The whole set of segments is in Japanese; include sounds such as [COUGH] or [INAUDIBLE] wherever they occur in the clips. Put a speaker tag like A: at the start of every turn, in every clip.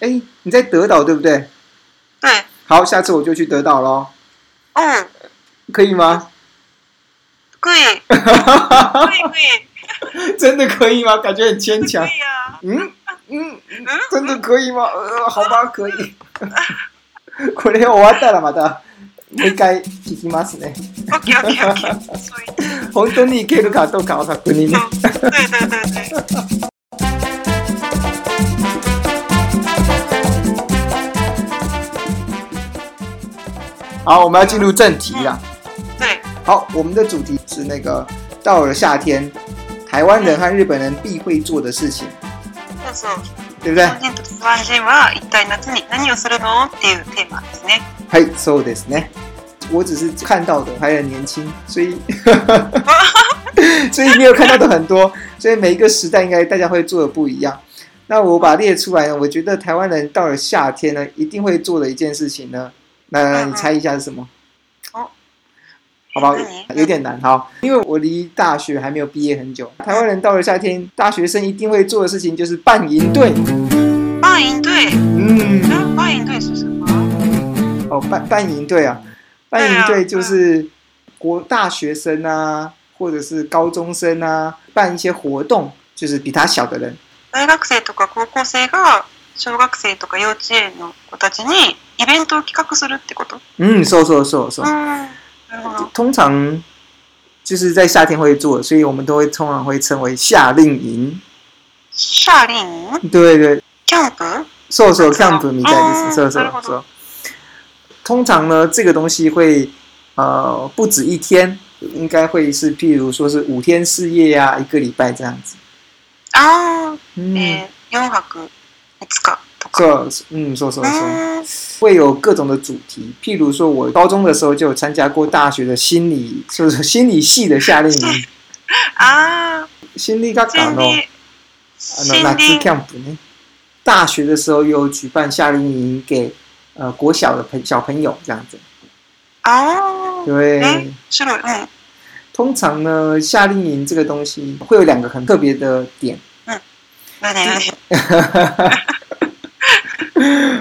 A: 哎，你在德岛对不对？
B: 对，
A: 好，下次我就去德岛喽，
B: 嗯，
A: 可以吗？ [LAUGHS]
B: 可以，可以，可以，
A: 真的可以吗？感觉很牵强
B: [LAUGHS] 可。以啊，
A: 嗯嗯、
B: 嗯，
A: 真的可以吗？呃、好吧，可以。 [LAUGHS] これ終わったらまたもう一回聞きますね。
B: オッケー、オッケー、オッケー、そう言って
A: 本当にいけるかどうかを確認ね。
B: そう对对对对。
A: 好，我们要进入正题了。
B: 对，
A: 好，我们的主题是那个到了夏天，台湾人和日本人必会做的事情，
B: そうそう。
A: 对不对？
B: 日本人と台湾人は一体夏に何をするのっていうテーマですね。
A: 嗨，そうですね。我只是看到的，还很年轻，所以所以没 [LAUGHS] 有看到的很多，所以每一个时代应该大家会做的不一样。那我把它列出来呢，我觉得台湾人到了夏天呢，一定会做的一件事情呢，那
B: 嗯嗯
A: 你猜一下是什么？
B: 哦，
A: 好不好
B: 嗯？
A: 有点难哈，因为我离大学还没有毕业很久。台湾人到了夏天，大学生一定会做的事情就是办营队。
B: バイン对，
A: 嗯。
B: 嗯，バイン对是什么？
A: 哦，办办营队啊，办营队就是国大学生啊，或者是高中生啊，办一些活动，就是比他小的人，
B: 大学生とか高校生が小学生とか幼稚園の子たちにイベントを企画するってこと。
A: 嗯，说说说说，
B: 嗯，なるほど。
A: 通常就是在夏天会做，所以我们都会通常会称为夏令营。
B: シャーリン、
A: 对对，
B: キャンプ？
A: 说说 camp みたいです，说
B: 哦
A: 说
B: なるほ
A: 说
B: ど。
A: 通常呢，这个东西会呃不止一天，应该会是譬如说是五天四夜呀、一个礼拜这样子。
B: ああ、
A: 嗯，
B: えー、4泊5日とか。
A: 这嗯，说说说。
B: うん
A: 会有各种的主题，譬如说，我高中的时候就有参加过大学的心理，就是心理系的夏令营，
B: あ
A: 心理学
B: あ、
A: 堂
B: 森
A: の
B: 林、
A: あの夏
B: 森林。
A: camp 呢。大学的时候有举办夏令营给呃国小的朋小朋友这样子，
B: ああ、
A: 对
B: え。、白い。うん。
A: 通常呢，夏令营这个东西会有两个很特别的点，
B: だね。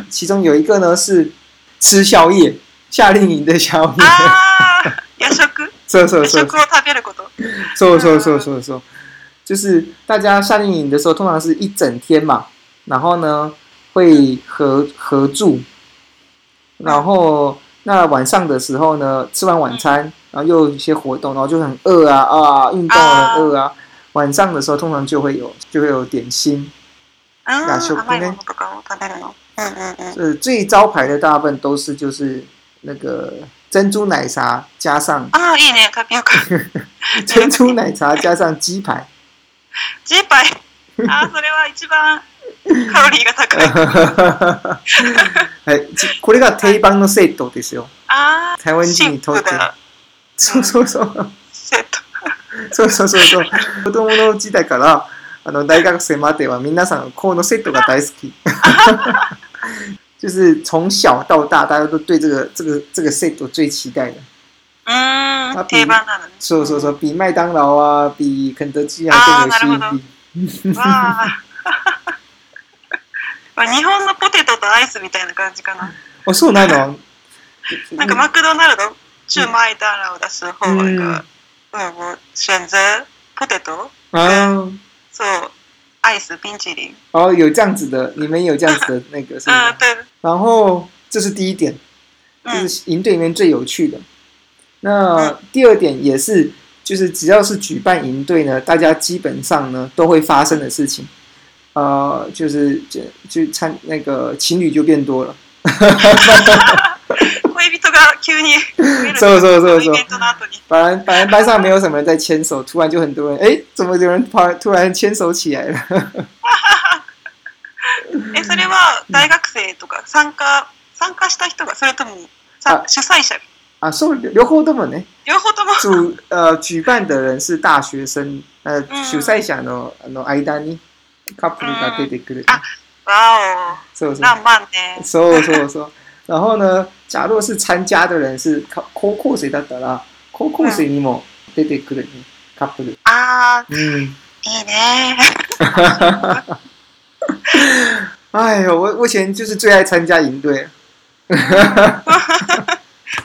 A: 其中有一个呢是吃宵夜，夏令营的宵夜， [LAUGHS]
B: ああ、夜食。
A: 这这
B: 夜
A: 这
B: 食を食べること。
A: そうそうそうそうそう。就是大家夏令营的时候，通常是一整天嘛，然后呢会合合住，然后那晚上的时候呢，吃完晚餐，然后又有一些活动，然后就很饿啊啊，运动
B: 啊
A: 很饿啊。晚上的时候通常就会有就会有点心，
B: あ
A: 夜食
B: あ、
A: ね
B: 甘いものとかを食べるの。うんうんうん。
A: 呃，最招牌的大部分都是就是那个珍珠奶茶加上 [LAUGHS]
B: ああ、いいね。タピオカ。
A: 珍珠奶茶加上鸡排。
B: ジーパイ。ああ、それは一番カロリーが高い。
A: はい、 [LAUGHS] ちこれが定番のセットですよ。
B: あ
A: 台
B: あ、
A: 湾
B: シ
A: 人
B: ン
A: に
B: プ
A: とって
B: ル。な
A: そうそうそう。
B: セット。
A: そうそうそうそう。子供の時代からあの大学生までは皆さんこのセットが大好き。 [LAUGHS] 就是从小到大，大家都对这个这个这个 set 最期待的。
B: う
A: あ
B: ーん、定番なのね。
A: 所以说说比麦当劳啊，比肯德基啊
B: あー
A: 更有
B: な
A: 吸
B: る
A: 引
B: ほ
A: 力。
B: わ [LAUGHS] あ。日本のポテトとアイスみたいな感じかな。
A: 哦，そうなの。
B: なんかマクドナルド、中麦当劳を出す方が、うん、もう、選择ポテト
A: 啊，
B: そう、アイス、ピンチリン。
A: 哦，有这样子的，你们有这样子的那个是吗
B: あー？对、
A: 然后这是第一点，
B: う
A: 这
B: ん、
A: 是营队里面最有趣的。那
B: 嗯
A: 第二点也是，就是只要是举办营队呢，大家基本上呢都会发生的事情，呃，就是就就参那个情侣就变多了，
B: 恋人が急に増える
A: そうそうそう
B: イ
A: そう
B: ベントの後に。
A: 本来本来班上没有什么人在牵手，突然就很多人，哎，怎么有人跑突然牵手起来了？
B: え、それは大学生とか参加、参加した人が、それともさ
A: あ
B: 主催者が
A: 啊，受留后的们呢？
B: 両方とも。
A: 主呃举办的人是大学生，呃，
B: 嗯
A: 主赛者呢，あの間にカップルが出てくる。
B: 啊わ
A: そう
B: お、
A: そう。
B: 浪漫ね。
A: そうそうそう。然后呢，假若是参加的人是高高校生だったら、高校生にも出てくるね、カップル。
B: あ
A: うん。
B: ー、いいね。
A: 哎呦，我我以前就是最爱参加营队，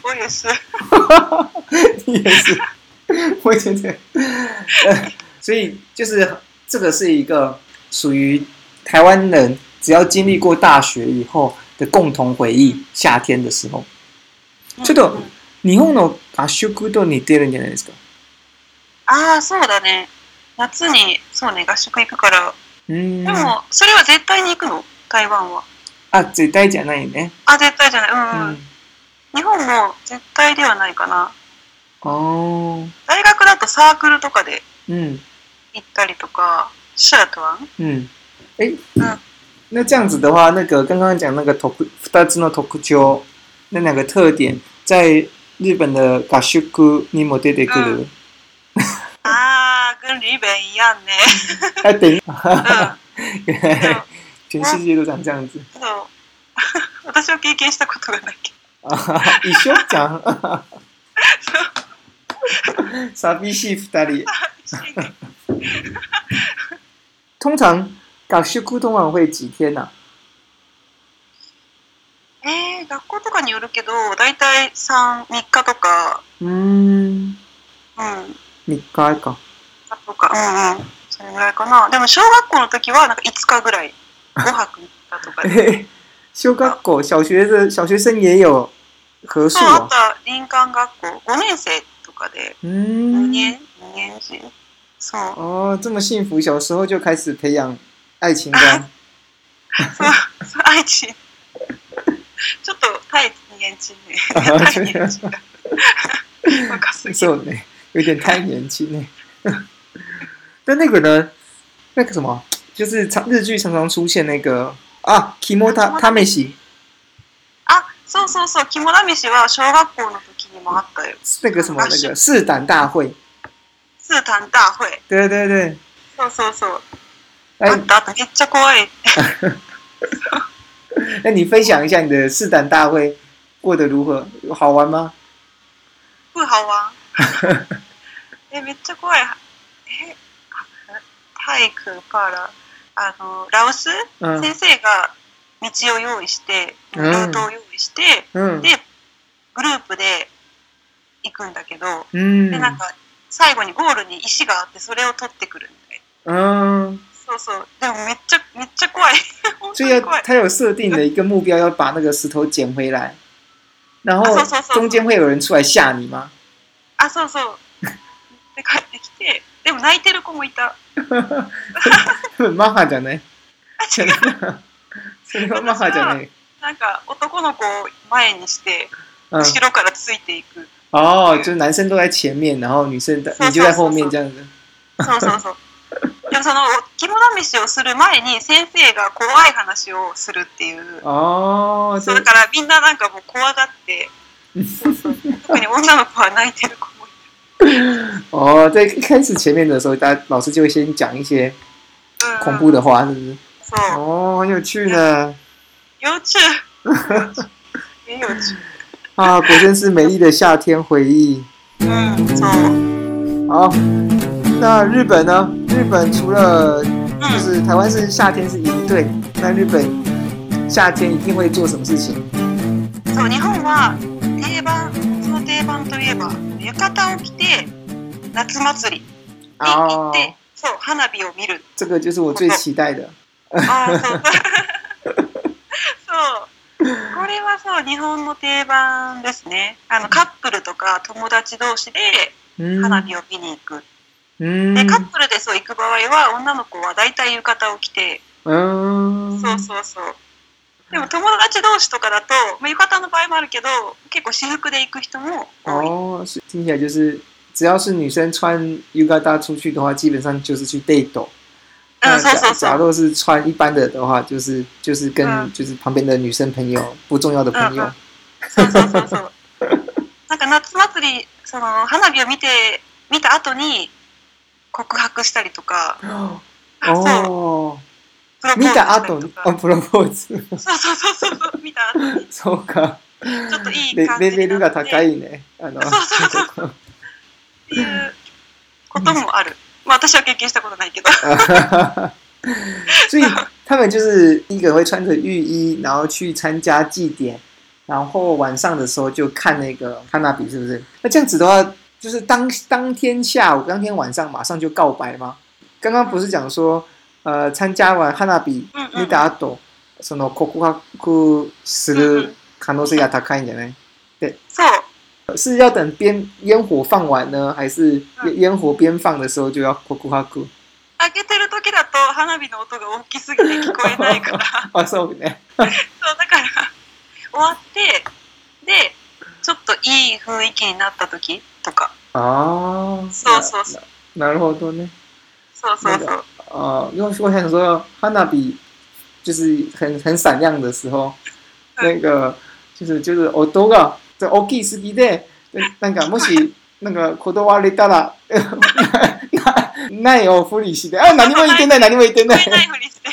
B: 我也是，
A: 你也是，我以前这样，呃所以就是这个是一个属于台湾人，只要经历过大学以后的共同回忆，夏天的时候。ちょっと
B: うん
A: 日本の合宿と似てるんじゃないですか。
B: ああ、そうだね。夏に、そうね、合宿行くから。
A: うーん
B: で。も、それは絶対に行くの台湾は。
A: あ、絶対じゃないね。
B: あ、絶対じゃない。
A: う
B: うん、うん。。日本も絶対ではないかな。
A: あー
B: 大学だとサークルとかで
A: うん。
B: 行ったりとか、社団
A: 嗯，哎
B: 嗯，
A: 那这样子的话，那个刚刚讲那个特二つの特徴那两个特点，在日本的合宿にも出てくる。
B: ああ、軍旅弁やんね。
A: 哎，等一
B: うん。
A: 下，原
B: で
A: 来
B: も
A: [LAUGHS] 全世界都长这样子 [LAUGHS]
B: そう私は経験したことがないけ
A: 啊！一緒じゃん。寂しい二人。
B: ど。
A: 通常合宿通常会几天啊呐、
B: えー、学校とかによるけど、だいたい3、3日とか、
A: 嗯，
B: うん、
A: 三日か。
B: 3日とか、うんうん、それぐらいかな。でも小学校の時はなんか5日ぐらい、5泊3日とかで。
A: 嘿 [LAUGHS] 修学校小学的小学生也有合宿
B: そう、あ
A: 哦
B: と。は林間学校、5年生とかで、2
A: 嗯。
B: 年、2年生。そう。
A: 哦，这么幸福，小时候就开始培养爱情观。
B: そう愛知ちょっとタイ2年チームタイ2年チーム若すぎ
A: 是
B: る
A: 我呢，有点太年轻呢。 [LAUGHS] 但那个呢，那个什么，就是常日剧常常出现那个啊，Kimota t a m e s i
B: あそうそうそう肝試しは小学校の時にもあったよ
A: 那个什么那个试胆大会，
B: スータン大会
A: 对对对，
B: そうそうそう
A: 哎
B: あったあっためっちゃ怖い
A: 那哎你分享一下你的试胆大会过得如何？好玩吗？
B: プーハ [LAUGHS] ワンえめっちゃ怖いえ体育からあのラオス
A: 嗯
B: 先生が道を用意してルートを用意して、
A: 嗯
B: でグループで行くんだけど、でなん
A: 嗯
B: か最後にゴールに石があってそれを取ってくるみたいな
A: 嗯，
B: そうそうでもめっちゃめっちゃ怖い [LAUGHS] 本当
A: 所以要
B: に怖い
A: 他有设定的一个目标，要把那个石头捡回来，然后
B: 啊搜搜搜
A: 中间会有人出来吓你吗？ [LAUGHS]
B: あそうそうで帰ってきてでも泣いてる子もいた
A: マハじゃない
B: あ違う
A: それはマハじゃない。
B: なんか男の子を前にして
A: 嗯，
B: 後ろからついていく、
A: 哦，就是男生都在前面，然后女生在
B: 搜搜
A: 你就在后面这样子。
B: そうそうそうでもその肝試しをする前に先生が怖い話をするっていう
A: 哦，
B: そ
A: 这
B: うだからみんななんかもう怖がってそうそう特に女の子は泣いてる子もい
A: [LAUGHS] 哦，在一开始前面的时候，大家老师就会先讲一些
B: て、うん
A: 恐怖的话，是不是？
B: そう
A: 哦，很有趣呢。
B: 幼虫幼虫
A: 啊，果真是美丽的夏天回忆。
B: うんそう
A: 好，那日本呢？日本除了就
B: うん
A: 是台湾是夏天是营队，那日本夏天一定会做什么事情？
B: そう日本は定番その定番といえば浴衣を着て夏祭りに行
A: 哦
B: っ，てそう花火を見る
A: 这个就是我最期待的。
B: ああそうそうこれはそう日本の定番ですねあのカップルとか友達同士で
A: 嗯
B: 花火を見に行く
A: 嗯
B: でカップルでそう行く場合は女の子は大体浴衣を着て
A: 嗯，
B: そうそうそうでも友達同士とかだと、まあ、浴衣の場合もあるけど結構私服で行く人も多い、
A: 哦，是听起来就是只要是女生穿 Yugata 出去的话，基本上就是去 date。
B: 嗯
A: 那
B: 是
A: 假
B: 是是
A: 假若是穿一般的的话，就是就是跟、
B: 嗯
A: 就是旁边的女生朋友不重要的朋友。
B: 嗯そうそうそうそう [LAUGHS] なんか夏祭りその花火を見て見た後に告白したりとかそう
A: 哦，
B: プロポーズ
A: 見
B: したた
A: 後
B: りと
A: に
B: か、
A: あプロポーズ、
B: そうそうそうそうそう見た後に
A: そうか。
B: ちょっとい
A: [LAUGHS]
B: い
A: レ
B: 感じ
A: レベ
B: になって
A: ルが高いね。あの
B: そう、そうそうっていうこともあるまあ私は経験したことないけど
A: [LAUGHS] 所以他们就是一个会穿着浴衣，然后去参加祭典，然后晚上的时候就看那个看那比是不是？那这样子的话，就是当当天下午、当天晚上马上就告白吗？刚刚不是讲说，呃，参加完花火
B: うんうん。
A: 見た後、その告白する可能性が高いんじゃない？
B: そう。
A: 是要等边烟火放完呢，还是烟烟火边放的时候就要告白？
B: 開けてる時だと花火の音が大きすぎて聞こえないから
A: [LAUGHS] あ、そうね。
B: そうだから終わってでちょっといい雰囲気になった時とか
A: ああ。
B: そうそうそう
A: な。なるほどね。
B: そうそうそう
A: なん啊、因为我想说，花那比就是很很闪亮的时候，那个就是就是我多个这 OK 是的，那那个もし那个言葉れたら、 [LAUGHS] ないをふりして、あ、何も言ってない、何も言ってな。
B: 聞こえないいふりして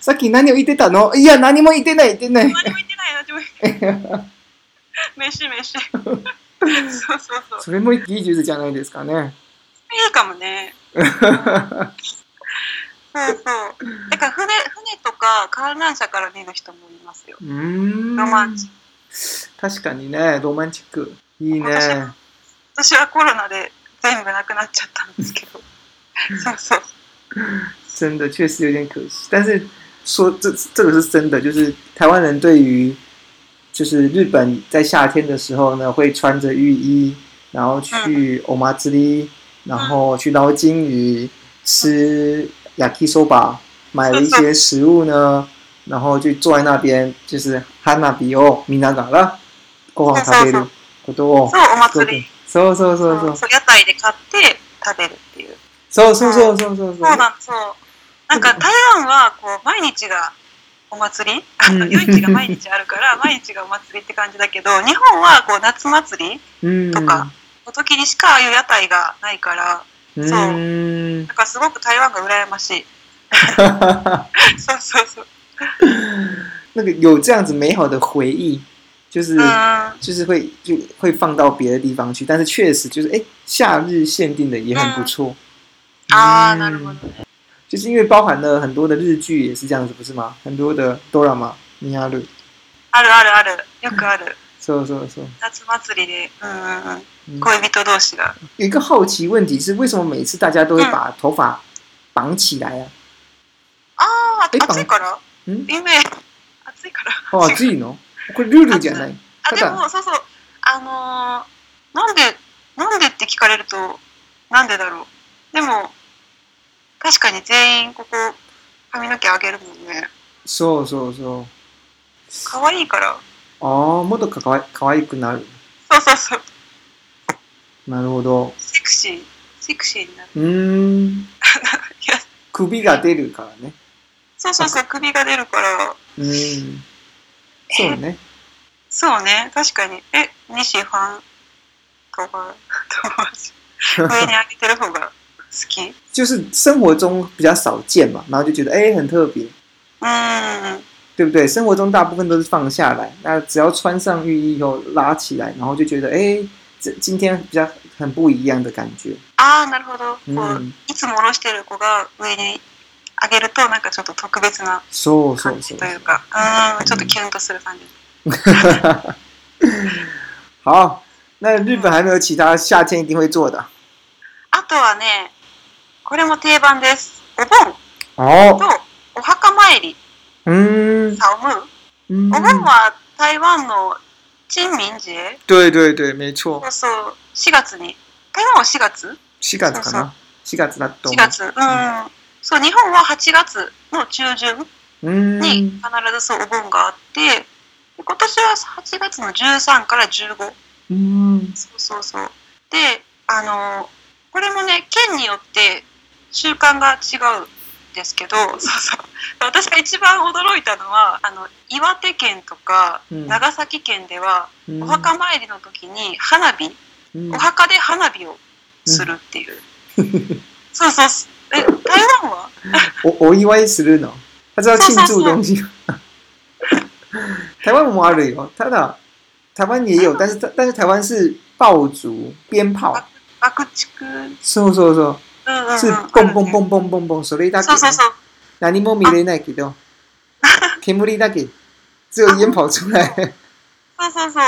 A: さっき何を言ってたの？いや、何も言ってない、言ってない。
B: 何も言ってない何も言ってない
A: [LAUGHS]
B: 飯飯そうそうそう
A: それも技術じゃないですかね。
B: いいか
A: [LAUGHS]
B: もねそうそうだから船船とか観覧車から見る人もいますよ
A: うーん。
B: ロマンチッ
A: 確かにね、ロマンチック。いい
B: 私
A: ね。
B: 私はコロナで全部なくなっちゃったんですけどそうそう
A: 真的确实有点可惜。但是说这这个是真的，就是台湾人对于就是日本在夏天的时候呢，会穿着浴衣，然后去欧玛之里，然后去捞金鱼，吃 yakisoba，买了一些食物呢，然后就坐在那边，就是哈娜比哦，米娜嘎啦，ご飯食べることを
B: そうお祭り
A: そうそうそうそう
B: そう屋台で買って食べるっていう
A: そうそうそうそうそう
B: そうなんそうなんか台湾はこう毎日がお祭りあ
A: う
B: の
A: ん
B: 夜市が毎日あ
A: [LAUGHS]
B: るから毎日がお祭りって感じだけど日本はこう夏祭り
A: うん
B: とかの時にしかああいう屋台がないから
A: うーん
B: なんかすごく台湾が羨ましいそうそうそう
A: 那个有这样子美好的回忆，就是、
B: うんうん
A: 就是会就会放到别的地方去，但是确实就是哎、诶夏日限定的也很不错。
B: ああなるほどね
A: 就是因为包含了很多的日剧也是这样子，不是吗？很多的 drama、尼亚鲁，
B: あるあるあるよくある
A: 说说说。
B: 夏祭りでうんうんう
A: 嗯
B: ん恋人同士が
A: 有一个好奇问题是，为什么每次大家都会把头发绑起来啊？
B: ああ
A: え
B: 暑いから
A: 嗯，
B: 夢暑いから
A: 哦，自己喏，これルールじゃない。
B: あ
A: た
B: で
A: だ
B: もそうそうあのーなんでなんでって聞かれるとなんでだろうでも確かに全員ここ髪の毛あげるもんね
A: そうそうそう。
B: 可愛いから
A: 哦，もっとかわい可愛くなる。
B: そうそうそう
A: なるほど。
B: セクシーセクシーになる
A: うーん
B: や。
A: 首が出るからね。
B: そうそうそう首が出るから
A: うーん。そうね。
B: そうね確かにえ西ファンとか友
A: [LAUGHS]
B: 達上にあげてる方が好きう
A: 就是生活中比较少见嘛，然后就觉得哎、很特别，
B: ーん
A: 对不对？生活中大部分都是放下来，那只要穿上浴衣以后拉起来，然后就觉得哎、这今天比较很不一样的感觉。嗯
B: ああなるほどこう、
A: うん
B: いつも下ろしてる子が上にあげるとなんかちょっと特別な
A: そうそ
B: 感
A: うそ
B: じ
A: う
B: と。いうかうんちょっとキュンとする感じ
A: [LAUGHS] 好，那日本还没有其他夏天一定会做的
B: あとはねこれも定番ですお盆
A: 哦。
B: とお墓参り
A: 嗯
B: サオム
A: 嗯
B: お，盆は台湾の陳民寺
A: 对对对，没错
B: そ。うそう4月に台湾は4月
A: 四月かな。四月だと思
B: 4
A: う。
B: 月うんそう日本は8月の中旬
A: うーん。
B: に必ずそうお盆があってで今年は8月の13から15
A: うーん。
B: そうそうそう。で、あのこれもね、県によって習慣が違うんですけど、そうそう。私が一番驚いたのは、あの岩手県とか
A: うん
B: 長崎県では、
A: うん
B: お墓参りの時に花火、
A: うん
B: お墓で花火をするっていう。そうそうそう。え、台湾は？
A: おお祝いするの。他知道庆祝东西。台湾もあるよ。ただ、台湾也有、但是但是台湾是爆竹、鞭炮。
B: 爆竹、うんうん
A: そうそうそう。
B: うん、
A: 是蹦蹦蹦蹦蹦蹦，それだけ。
B: そうそうそう。
A: 何も見れないけど、煙だけ、只有煙跑出来。
B: そうそうそ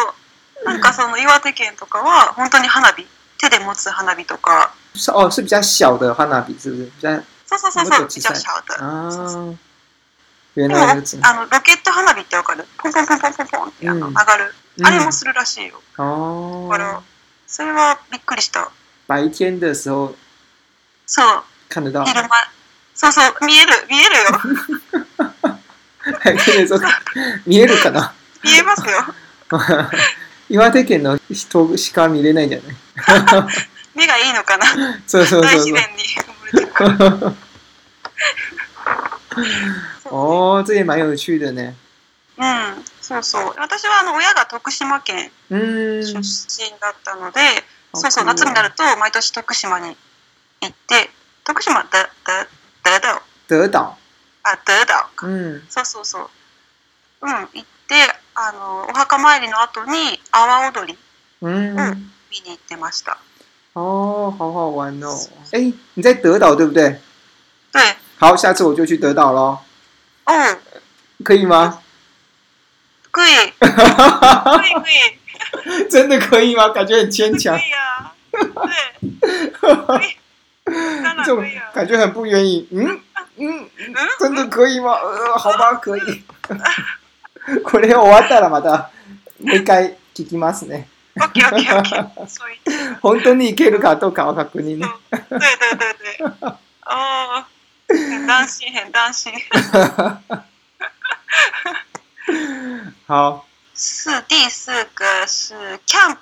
B: う。なんかその岩手県とかは本当に花火、手で持つ花火とか、
A: 是哦，是比较小的花火，是不是？比较
B: そうそうそう
A: もっと小
B: そう、比
A: さい
B: 較小的。そうそう
A: 啊，原
B: で
A: 来如此
B: も。あのロケット花火ってわかる？ポンポンポンポンポンポンってあの
A: うん
B: 上がる、あれも
A: 嗯，
B: するらしいよ。だから
A: 哦，
B: それはびっくりした。
A: 白天的时候
B: そう
A: 看 [LAUGHS] 得到，
B: 昼間、そうそう見える見えるよ
A: [LAUGHS] 白天的时候 [LAUGHS] 見えるかな。
B: 見えますよ。
A: 岩手県の人しか見れないんじゃ [LAUGHS] ない。
B: 目がいいのかな？
A: そうそう
B: 大
A: そう [LAUGHS]
B: 自
A: そう
B: 然。に埋もれてるから。
A: [LAUGHS]
B: そう
A: 哦，这也蛮有趣的呢。
B: うん、そうそう。私はあの親が徳島県
A: 嗯，
B: 出身だったので、
A: 好
B: そうそう、
A: 酷哦
B: 夏になると毎年徳島に行って、徳島だ、だ、だだ
A: 德岛，
B: あ、だだか。
A: 嗯
B: そうそうそう。うん、行って、あの、お墓参りの後に阿波踊り
A: 嗯
B: 嗯，見に行ってました。
A: 哦，好好玩哦。哎，你在德岛对不对？
B: で、
A: 好，下次我就去德岛喽，
B: おう、
A: 可以吗？ [LAUGHS]
B: 福井、福井、福井、
A: 真的可以吗？感觉很牵强 [LAUGHS]
B: 福，井や。で、福井、
A: 就
B: 福井や。
A: 感觉很不愿意。嗯嗯，真的可以吗？呃，好吧，可以。これ終わったらまたもう一回聞きますね。
B: オッケーオッケーオッケー。そう言って。
A: 本当に行けるかどうかを確認ね。
B: 对对对对，哦，很担心，很担心。
A: 好，
B: 是第四个是 camp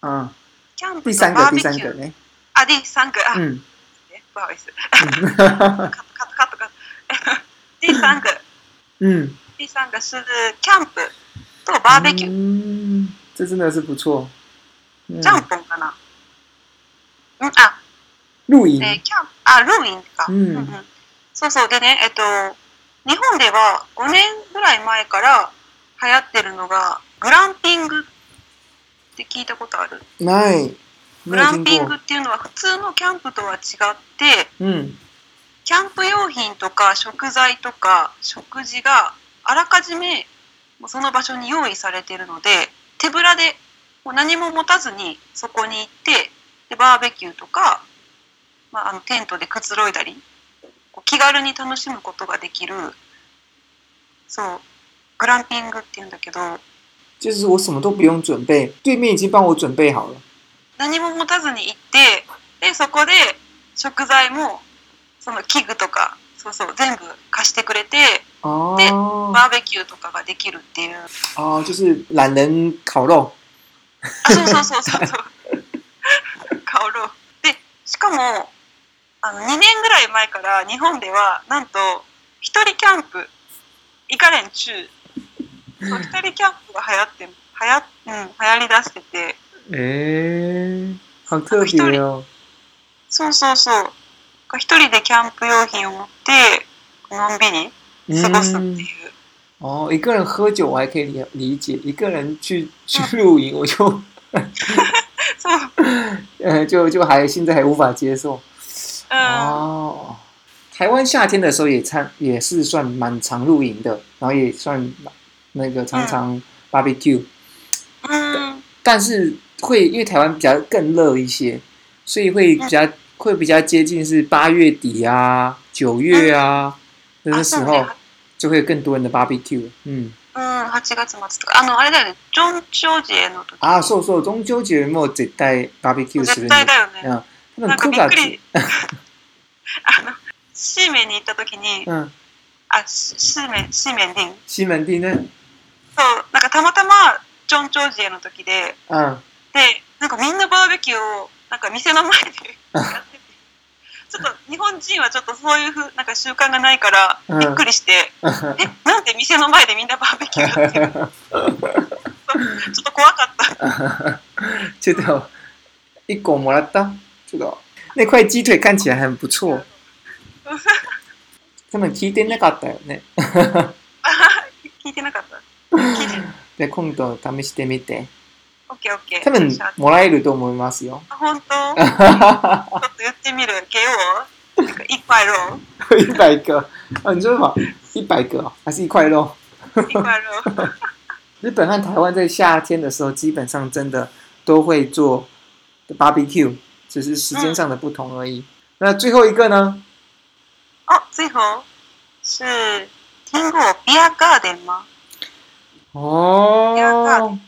A: 嗯，
B: camp
A: 第三个第三个
B: barbecue
A: 呢？
B: 啊，第三个啊，
A: 嗯，
B: 不好意思，cut cut cut cut，第 [LAUGHS] 三个 [LAUGHS]
A: 嗯。
B: 第三个是 camp とバーベキュー、
A: 嗯，这真的是不错。嗯
B: ジャンポンかな。うんあ、
A: 露营，
B: えー、キャンプあルーインか。
A: うん
B: そうそうでねえっと日本では5年ぐらい前から流行ってるのがグランピングって聞いたことある。
A: ない。
B: グ
A: 没有
B: ラ
A: 听
B: ンピン
A: 过
B: グ。っていうのは普通のキャンプとは違って、
A: 嗯
B: キャンプ用品とか食材とか食事があらかじめもうその場所に用意されているので、手ぶらでもう何も持たずにそこに行って、でバーベキューとか、まあ、あのテントでくつろいだり、こう気軽に楽しむことができる、そう、グランピングっていうんだけど、
A: 就是我什么都不用准备，对面已经帮我准备好了。
B: 何も持たずに行ってでそこで食材もその器具とかそうそう全部貸してくれて
A: 哦
B: バーベキューとかができるっていうあ
A: 哦，就是懒人烤肉。
B: そうそうそうそうそう香ろうでしかもあの2年ぐらい前から日本ではなんと一人キャンプ行かれん中そう一人キャンプが流行って流行,、うん、流行りだしてて
A: 哎、好特别哦。
B: そうそうそう一人でキャンプ用品を持ってのんびり過ごすっていう
A: 嗯，。哦，一个人喝酒我还可以理理解，一个人去去露营我就 [LAUGHS]
B: そう。うん。
A: 呃就就还现在还无法接受。
B: 嗯
A: 哦，台湾夏天的时候也参也是算蛮常露营的，然后也算那个常常 barbecue，、
B: うん。
A: 但是会因为台湾比较更热一些，所以会比较、会比较接近是八月底啊、九月啊、那个
B: あ、
A: 时
B: そう
A: 候
B: ね。
A: 就会有更多人的 barbecue。嗯，
B: うん、8月末とか。あの、あれだよね。ジョン・チョージエの時。
A: 啊，そうそう中秋节も絶対 barbecue する
B: 絶
A: んで
B: 対だよね。
A: 嗯，多
B: な
A: 分
B: ん
A: 九
B: かびっく
A: 月
B: り。 [LAUGHS] あの、シーメンに行った時に、
A: 嗯，
B: あ、シシーメン、シーメンリン。
A: 西门町呢，
B: そう、なんかたまたまジョン・チョージエの時で、
A: 嗯，
B: で、なんかみんなバーベキューを、なんか店の前で [LAUGHS] やってて。ちょっと日本人はちょっとそういうふうなんか習慣がないからびっくりして、えなんで店の前でみんなバーベキューやってるのちょっと怖かった
A: [LAUGHS]
B: [LAUGHS]
A: ちょっと、一個もらったちょっと、那块鸡腿看起来很不错。
B: [LAUGHS]
A: 根本聞いてなかったよね。
B: 聞いてなかった。聞いてる。
A: で、今度試してみて。
B: オッケーオッケー。
A: 多分
B: じゃ、
A: もらえると思いますよ。
B: あ本当。ちょっと言ってみる。ゲオ。なんかいっぱいロ
A: [LAUGHS]
B: ー。
A: 一百个啊，你说什么？一百个哦还是一块肉？
B: 一块肉。
A: 日本和台湾在夏天的时候，基本上真的都会做 barbecue，只是时间上的不同而已。
B: 嗯
A: 那最后一个呢？
B: 哦，最后是听过ビアガーデン吗？
A: 哦，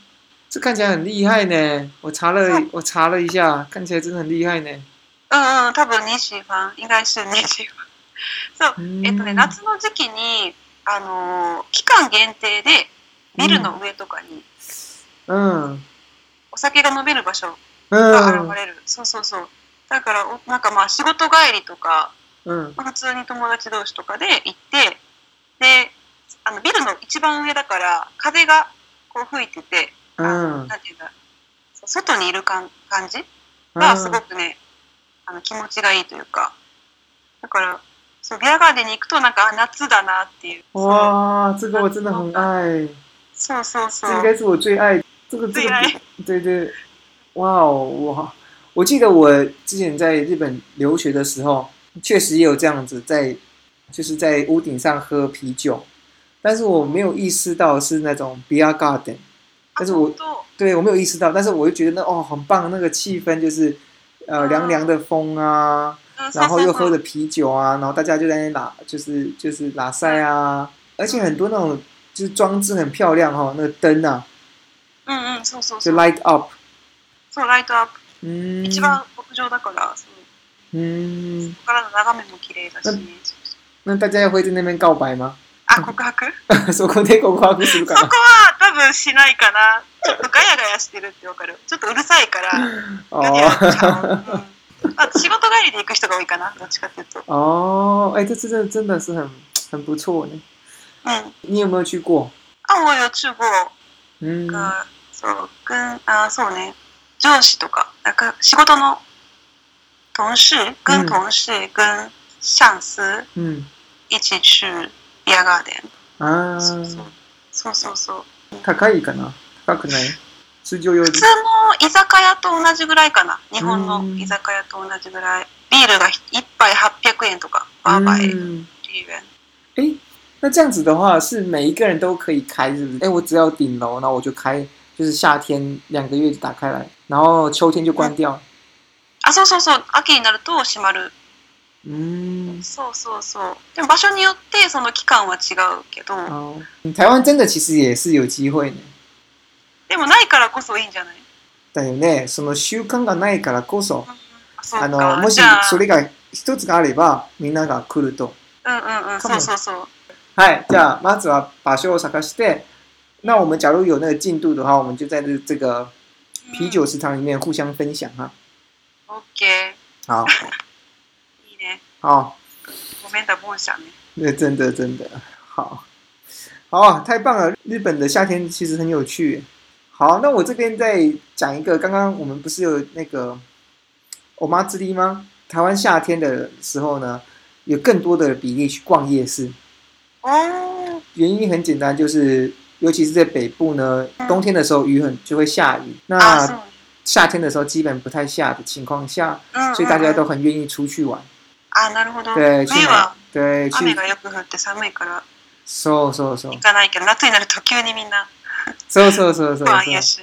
A: 这看起来很厉害呢。我查了，我查了一下，看起来真的很厉害呢。
B: 哎うんうん、多分西番、应该是西番。そう、
A: 嗯
B: えっとね、夏の時期に、あのー期間限定でビルの上とかに
A: 嗯
B: お酒が飲める場所が現
A: 嗯
B: れる。そうそうそう。だからお、なんかまあ仕事帰りとか、
A: 嗯
B: まあ普通に友達同士とかで行って、で、あのビルの一番上だから風がこう吹いてて、
A: 嗯
B: なんていうんだ、そう外にいる感感じがすご
A: 嗯
B: くね、あの気持ちがいいというか、だから、そうビアガーデンに行くとなんかあ夏だなっていう。
A: 哇，这个我真的很爱，
B: そうそうそう
A: 这应。该是我最爱。这个这
B: 嗯最
A: 个
B: 爱
A: 对对，哇哦，我我记得我之前在日本留学的时候，确实也有这样子在，就是在屋顶上喝啤酒，但是我没有意识到是那种 beer garden，但是我
B: あ本
A: 对我没有意识到，但是我就觉得那哦很棒，那个气氛就是呃
B: 嗯
A: 凉凉的风啊，
B: 当うん
A: 然后又喝
B: そうそ
A: 着
B: う
A: 啤酒啊，然后大家就在那里拉，就是就是拉塞啊，而且很多那种就是装置很漂亮哦，那个灯啊
B: そううんうん、そうそうそ
A: 就
B: う。
A: light up，
B: そう、ライトアップ。
A: 嗯，
B: 一番屋上だから、そう
A: 嗯，
B: そこからの眺めも綺麗だし、
A: う那大家会在那边告白吗？ [LAUGHS]
B: あ、告白
A: そこで告白する
B: そ
A: か
B: こ [LAUGHS]
A: な。
B: は多分しないかな。ちょっとガヤガヤしてるってわかる。ちょっとうるさいから、ガヤ
A: 哦
B: ガヤしちゃう。うんあ仕事帰りで行く人が多いかな、どっちかっていうと。うん。
A: 哦，哎、这次真的真的是很很不错呢。
B: あ、
A: 你有没有去过？
B: もうよ、中国。
A: 嗯，
B: が、そう、くん、あ、そうね。上司とか、なんか仕事の同事、
A: う
B: 跟
A: ん
B: 同事、跟上司
A: 嗯
B: 一起去ビアガーデン。
A: 啊，
B: そうそうそうそうそう。
A: 高いかな？高くない？通常より
B: 普通の居酒屋と同じぐらいかな。日本の居酒屋と同じぐらい。ビールが一杯800円とか、バーバイ
A: 嗯，
B: 10円。
A: 哎、那这样子的话，是每一个人都可以开，是不是？哎、我只要顶楼，然后我就开，就是夏天两个月就打开来，然后秋天就关掉。
B: あ、そうそうそう。秋になると閉まる。
A: 嗯，
B: そうそうそう。でも場所によってその期間は違うけど、
A: 哦，台湾真的其实也是有机会呢。
B: でもないからこそいいんじゃない
A: だよね、その習慣がないからこそ、
B: そうか
A: あのもし
B: じゃあ
A: それが一つがあれば、みんなが来ると。
B: うんうんうん、
A: か
B: そ
A: も
B: うそうそう。
A: はい、じゃあまずは場所を探して、那我们假如有那个进度的话，我们就在这这个啤酒食堂里面互相分享哈。
B: うん。オッケ
A: 好，
B: ー。いいね。
A: 好。
B: ごめんだ、ボンシャンね。
A: 那真的真的好，好啊，太棒了！日本的夏天其实很有趣。好，那我这边再讲一个，刚刚我们不是有那个我妈之力吗？台湾夏天的时候呢，有更多的比例去逛夜市。
B: おー。
A: 原因很简单，就是尤其是在北部呢，冬天的时候雨很就会下雨，
B: あ、そう
A: 那夏天的时候基本不太下的情况下，
B: うんうん。
A: 所以大家都很愿意出去玩。
B: あ、なるほど。
A: 对，去
B: 冬
A: 买
B: は，
A: 对，去
B: 雨がよく降って寒いから
A: ，so so so
B: 行かないけど、夏になると急にみんな、
A: so so so so，
B: 不安夜市。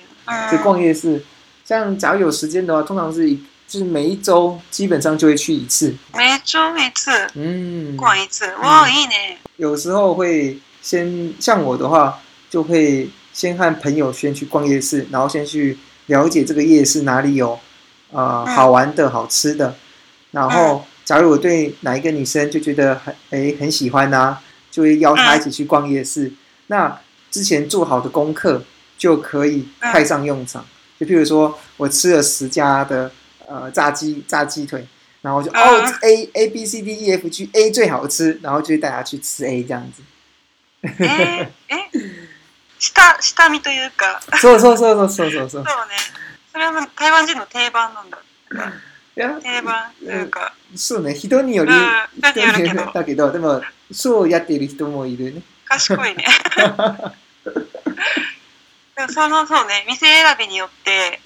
A: 就
B: うん。
A: 逛夜市，像假如有时间的话，通常是一就是每一周基本上就会去一次。
B: めちゃいつ、
A: 嗯，
B: ご飯いつ。わー、いいね。
A: 有时候会先像我的话，就会先和朋友先去逛夜市，然后先去了解这个夜市哪里有呃
B: 嗯
A: 好玩的好吃的。然后，假如我对哪一个女生就觉得很诶很喜欢呐、啊就会邀她一起去逛夜市。那之前做好的功课就可以派上用场。就譬如说我吃了十家的呃炸鸡炸鸡腿，然后就、
B: 嗯
A: 哦 A A B C D E F G A 最好吃，然后就会带他去吃 A 这样子。
B: えー、え下、下見というか、
A: そうそうそうそうそうそ
B: [LAUGHS]
A: う。
B: そうね。それはもう台湾人の定番なんだ。
A: いや、
B: 定番というか、
A: そうね、人によ
B: うん
A: り、、
B: 人による
A: [LAUGHS]
B: けど、
A: だけど、でも、そうやっている人もいるね。
B: 賢いね。でもそのそうね、店選びによって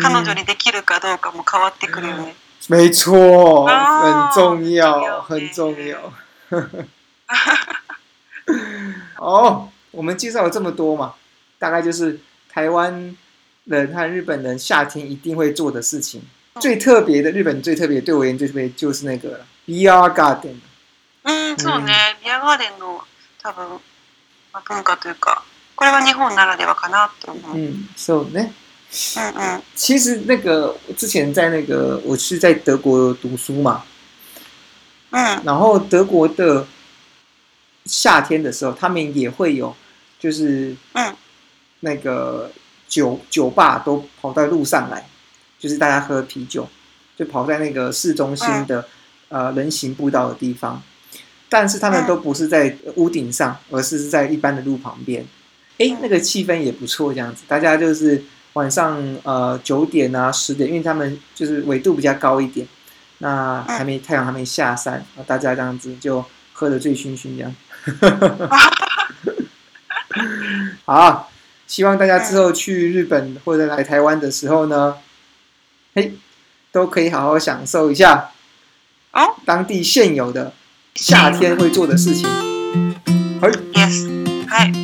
B: 彼女にできるかどうかも変わってくるよね。
A: 没错，
B: 哦
A: 很重
B: 很重
A: 要，
B: 要
A: 很重要。 [LAUGHS] 哦，我们介绍了这么多嘛，大概就是台湾人和日本人夏天一定会做的事情。
B: 哦
A: 最特别的日本最特别对我而言最特别就是那个 BR Garden。
B: うん、そうね、ビアガーデンの多分、まあ、文化というか、これは日本ならではかなって思う。うんうん。
A: 嗯，so 呢？
B: うん
A: 其实那个之前在那个我是在德国读书嘛，
B: うん。
A: 然后德国的夏天的时候，他们也会有，就是
B: 嗯
A: 那个酒酒吧都跑到路上来，就是大家喝啤酒，就跑在那个市中心
B: 嗯
A: 的、呃人行步道的地方，但是他们
B: 嗯
A: 都不是在屋顶上，而是在一般的路旁边。诶，那个气氛也不错，这样子，大家就是晚上呃九点啊十点，因为他们就是纬度比较高一点，那还没太阳还没下山，啊大家这样子就喝得醉醺醺这样。 [LAUGHS] 好，希望大家之后去日本或者来台湾的时候呢，嘿，都可以好好享受一下
B: お
A: 当地现有的夏天会做的事情。嘿，
B: ?Yes。はい。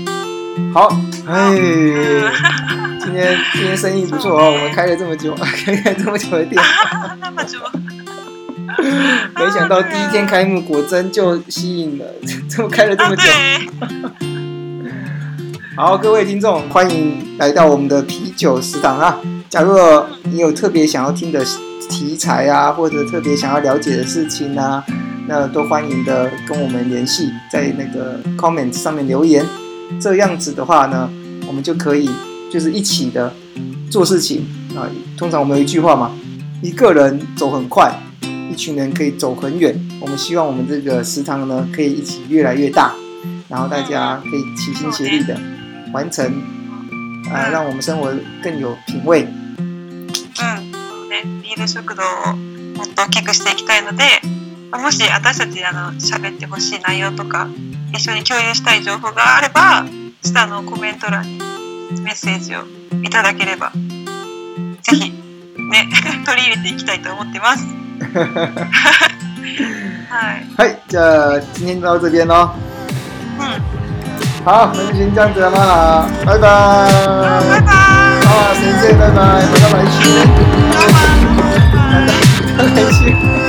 A: 好，嘿
B: うん。
A: [LAUGHS] 今天今天生意不错哦，我们开了这么久， [LAUGHS] 开了这么久的店，
B: あー生中
A: 没想到第一天开幕果真就吸引了， [LAUGHS] 就开了这
B: あ
A: 么久。
B: 对。
A: 好，各位听众，欢迎来到我们的啤酒食堂啊！假如你有特别想要听的题材啊，或者特别想要了解的事情啊，那都欢迎的跟我们联系，在那个 comment 上面留言。这样子的话呢，我们就可以就是一起的做事情啊。通常我们有一句话嘛，一个人走很快，一群人可以走很远。我们希望我们这个食堂呢，可以一起越来越大，然后大家可以齐心协力的。完成，啊、
B: 嗯
A: 让我们生活更有品味。
B: うん、そうね、ビール食堂をもっと大きくしていきたいので、まあもし私たちにあの喋ってほしい内容とか、一緒に共有したい情報があれば、下のコメント欄にメッセージをいただければ、ぜひ、ね、 [LAUGHS] 取り入れていきたいと思ってます。はい。
A: 嗨，这今天就到这边喽。
B: うん。
A: 好，那就先这样子了嘛，拜拜。
B: バイ
A: 啊，
B: バ
A: 再见，拜拜，回到来去，
B: ーイ。バイバーイ。
A: 来去。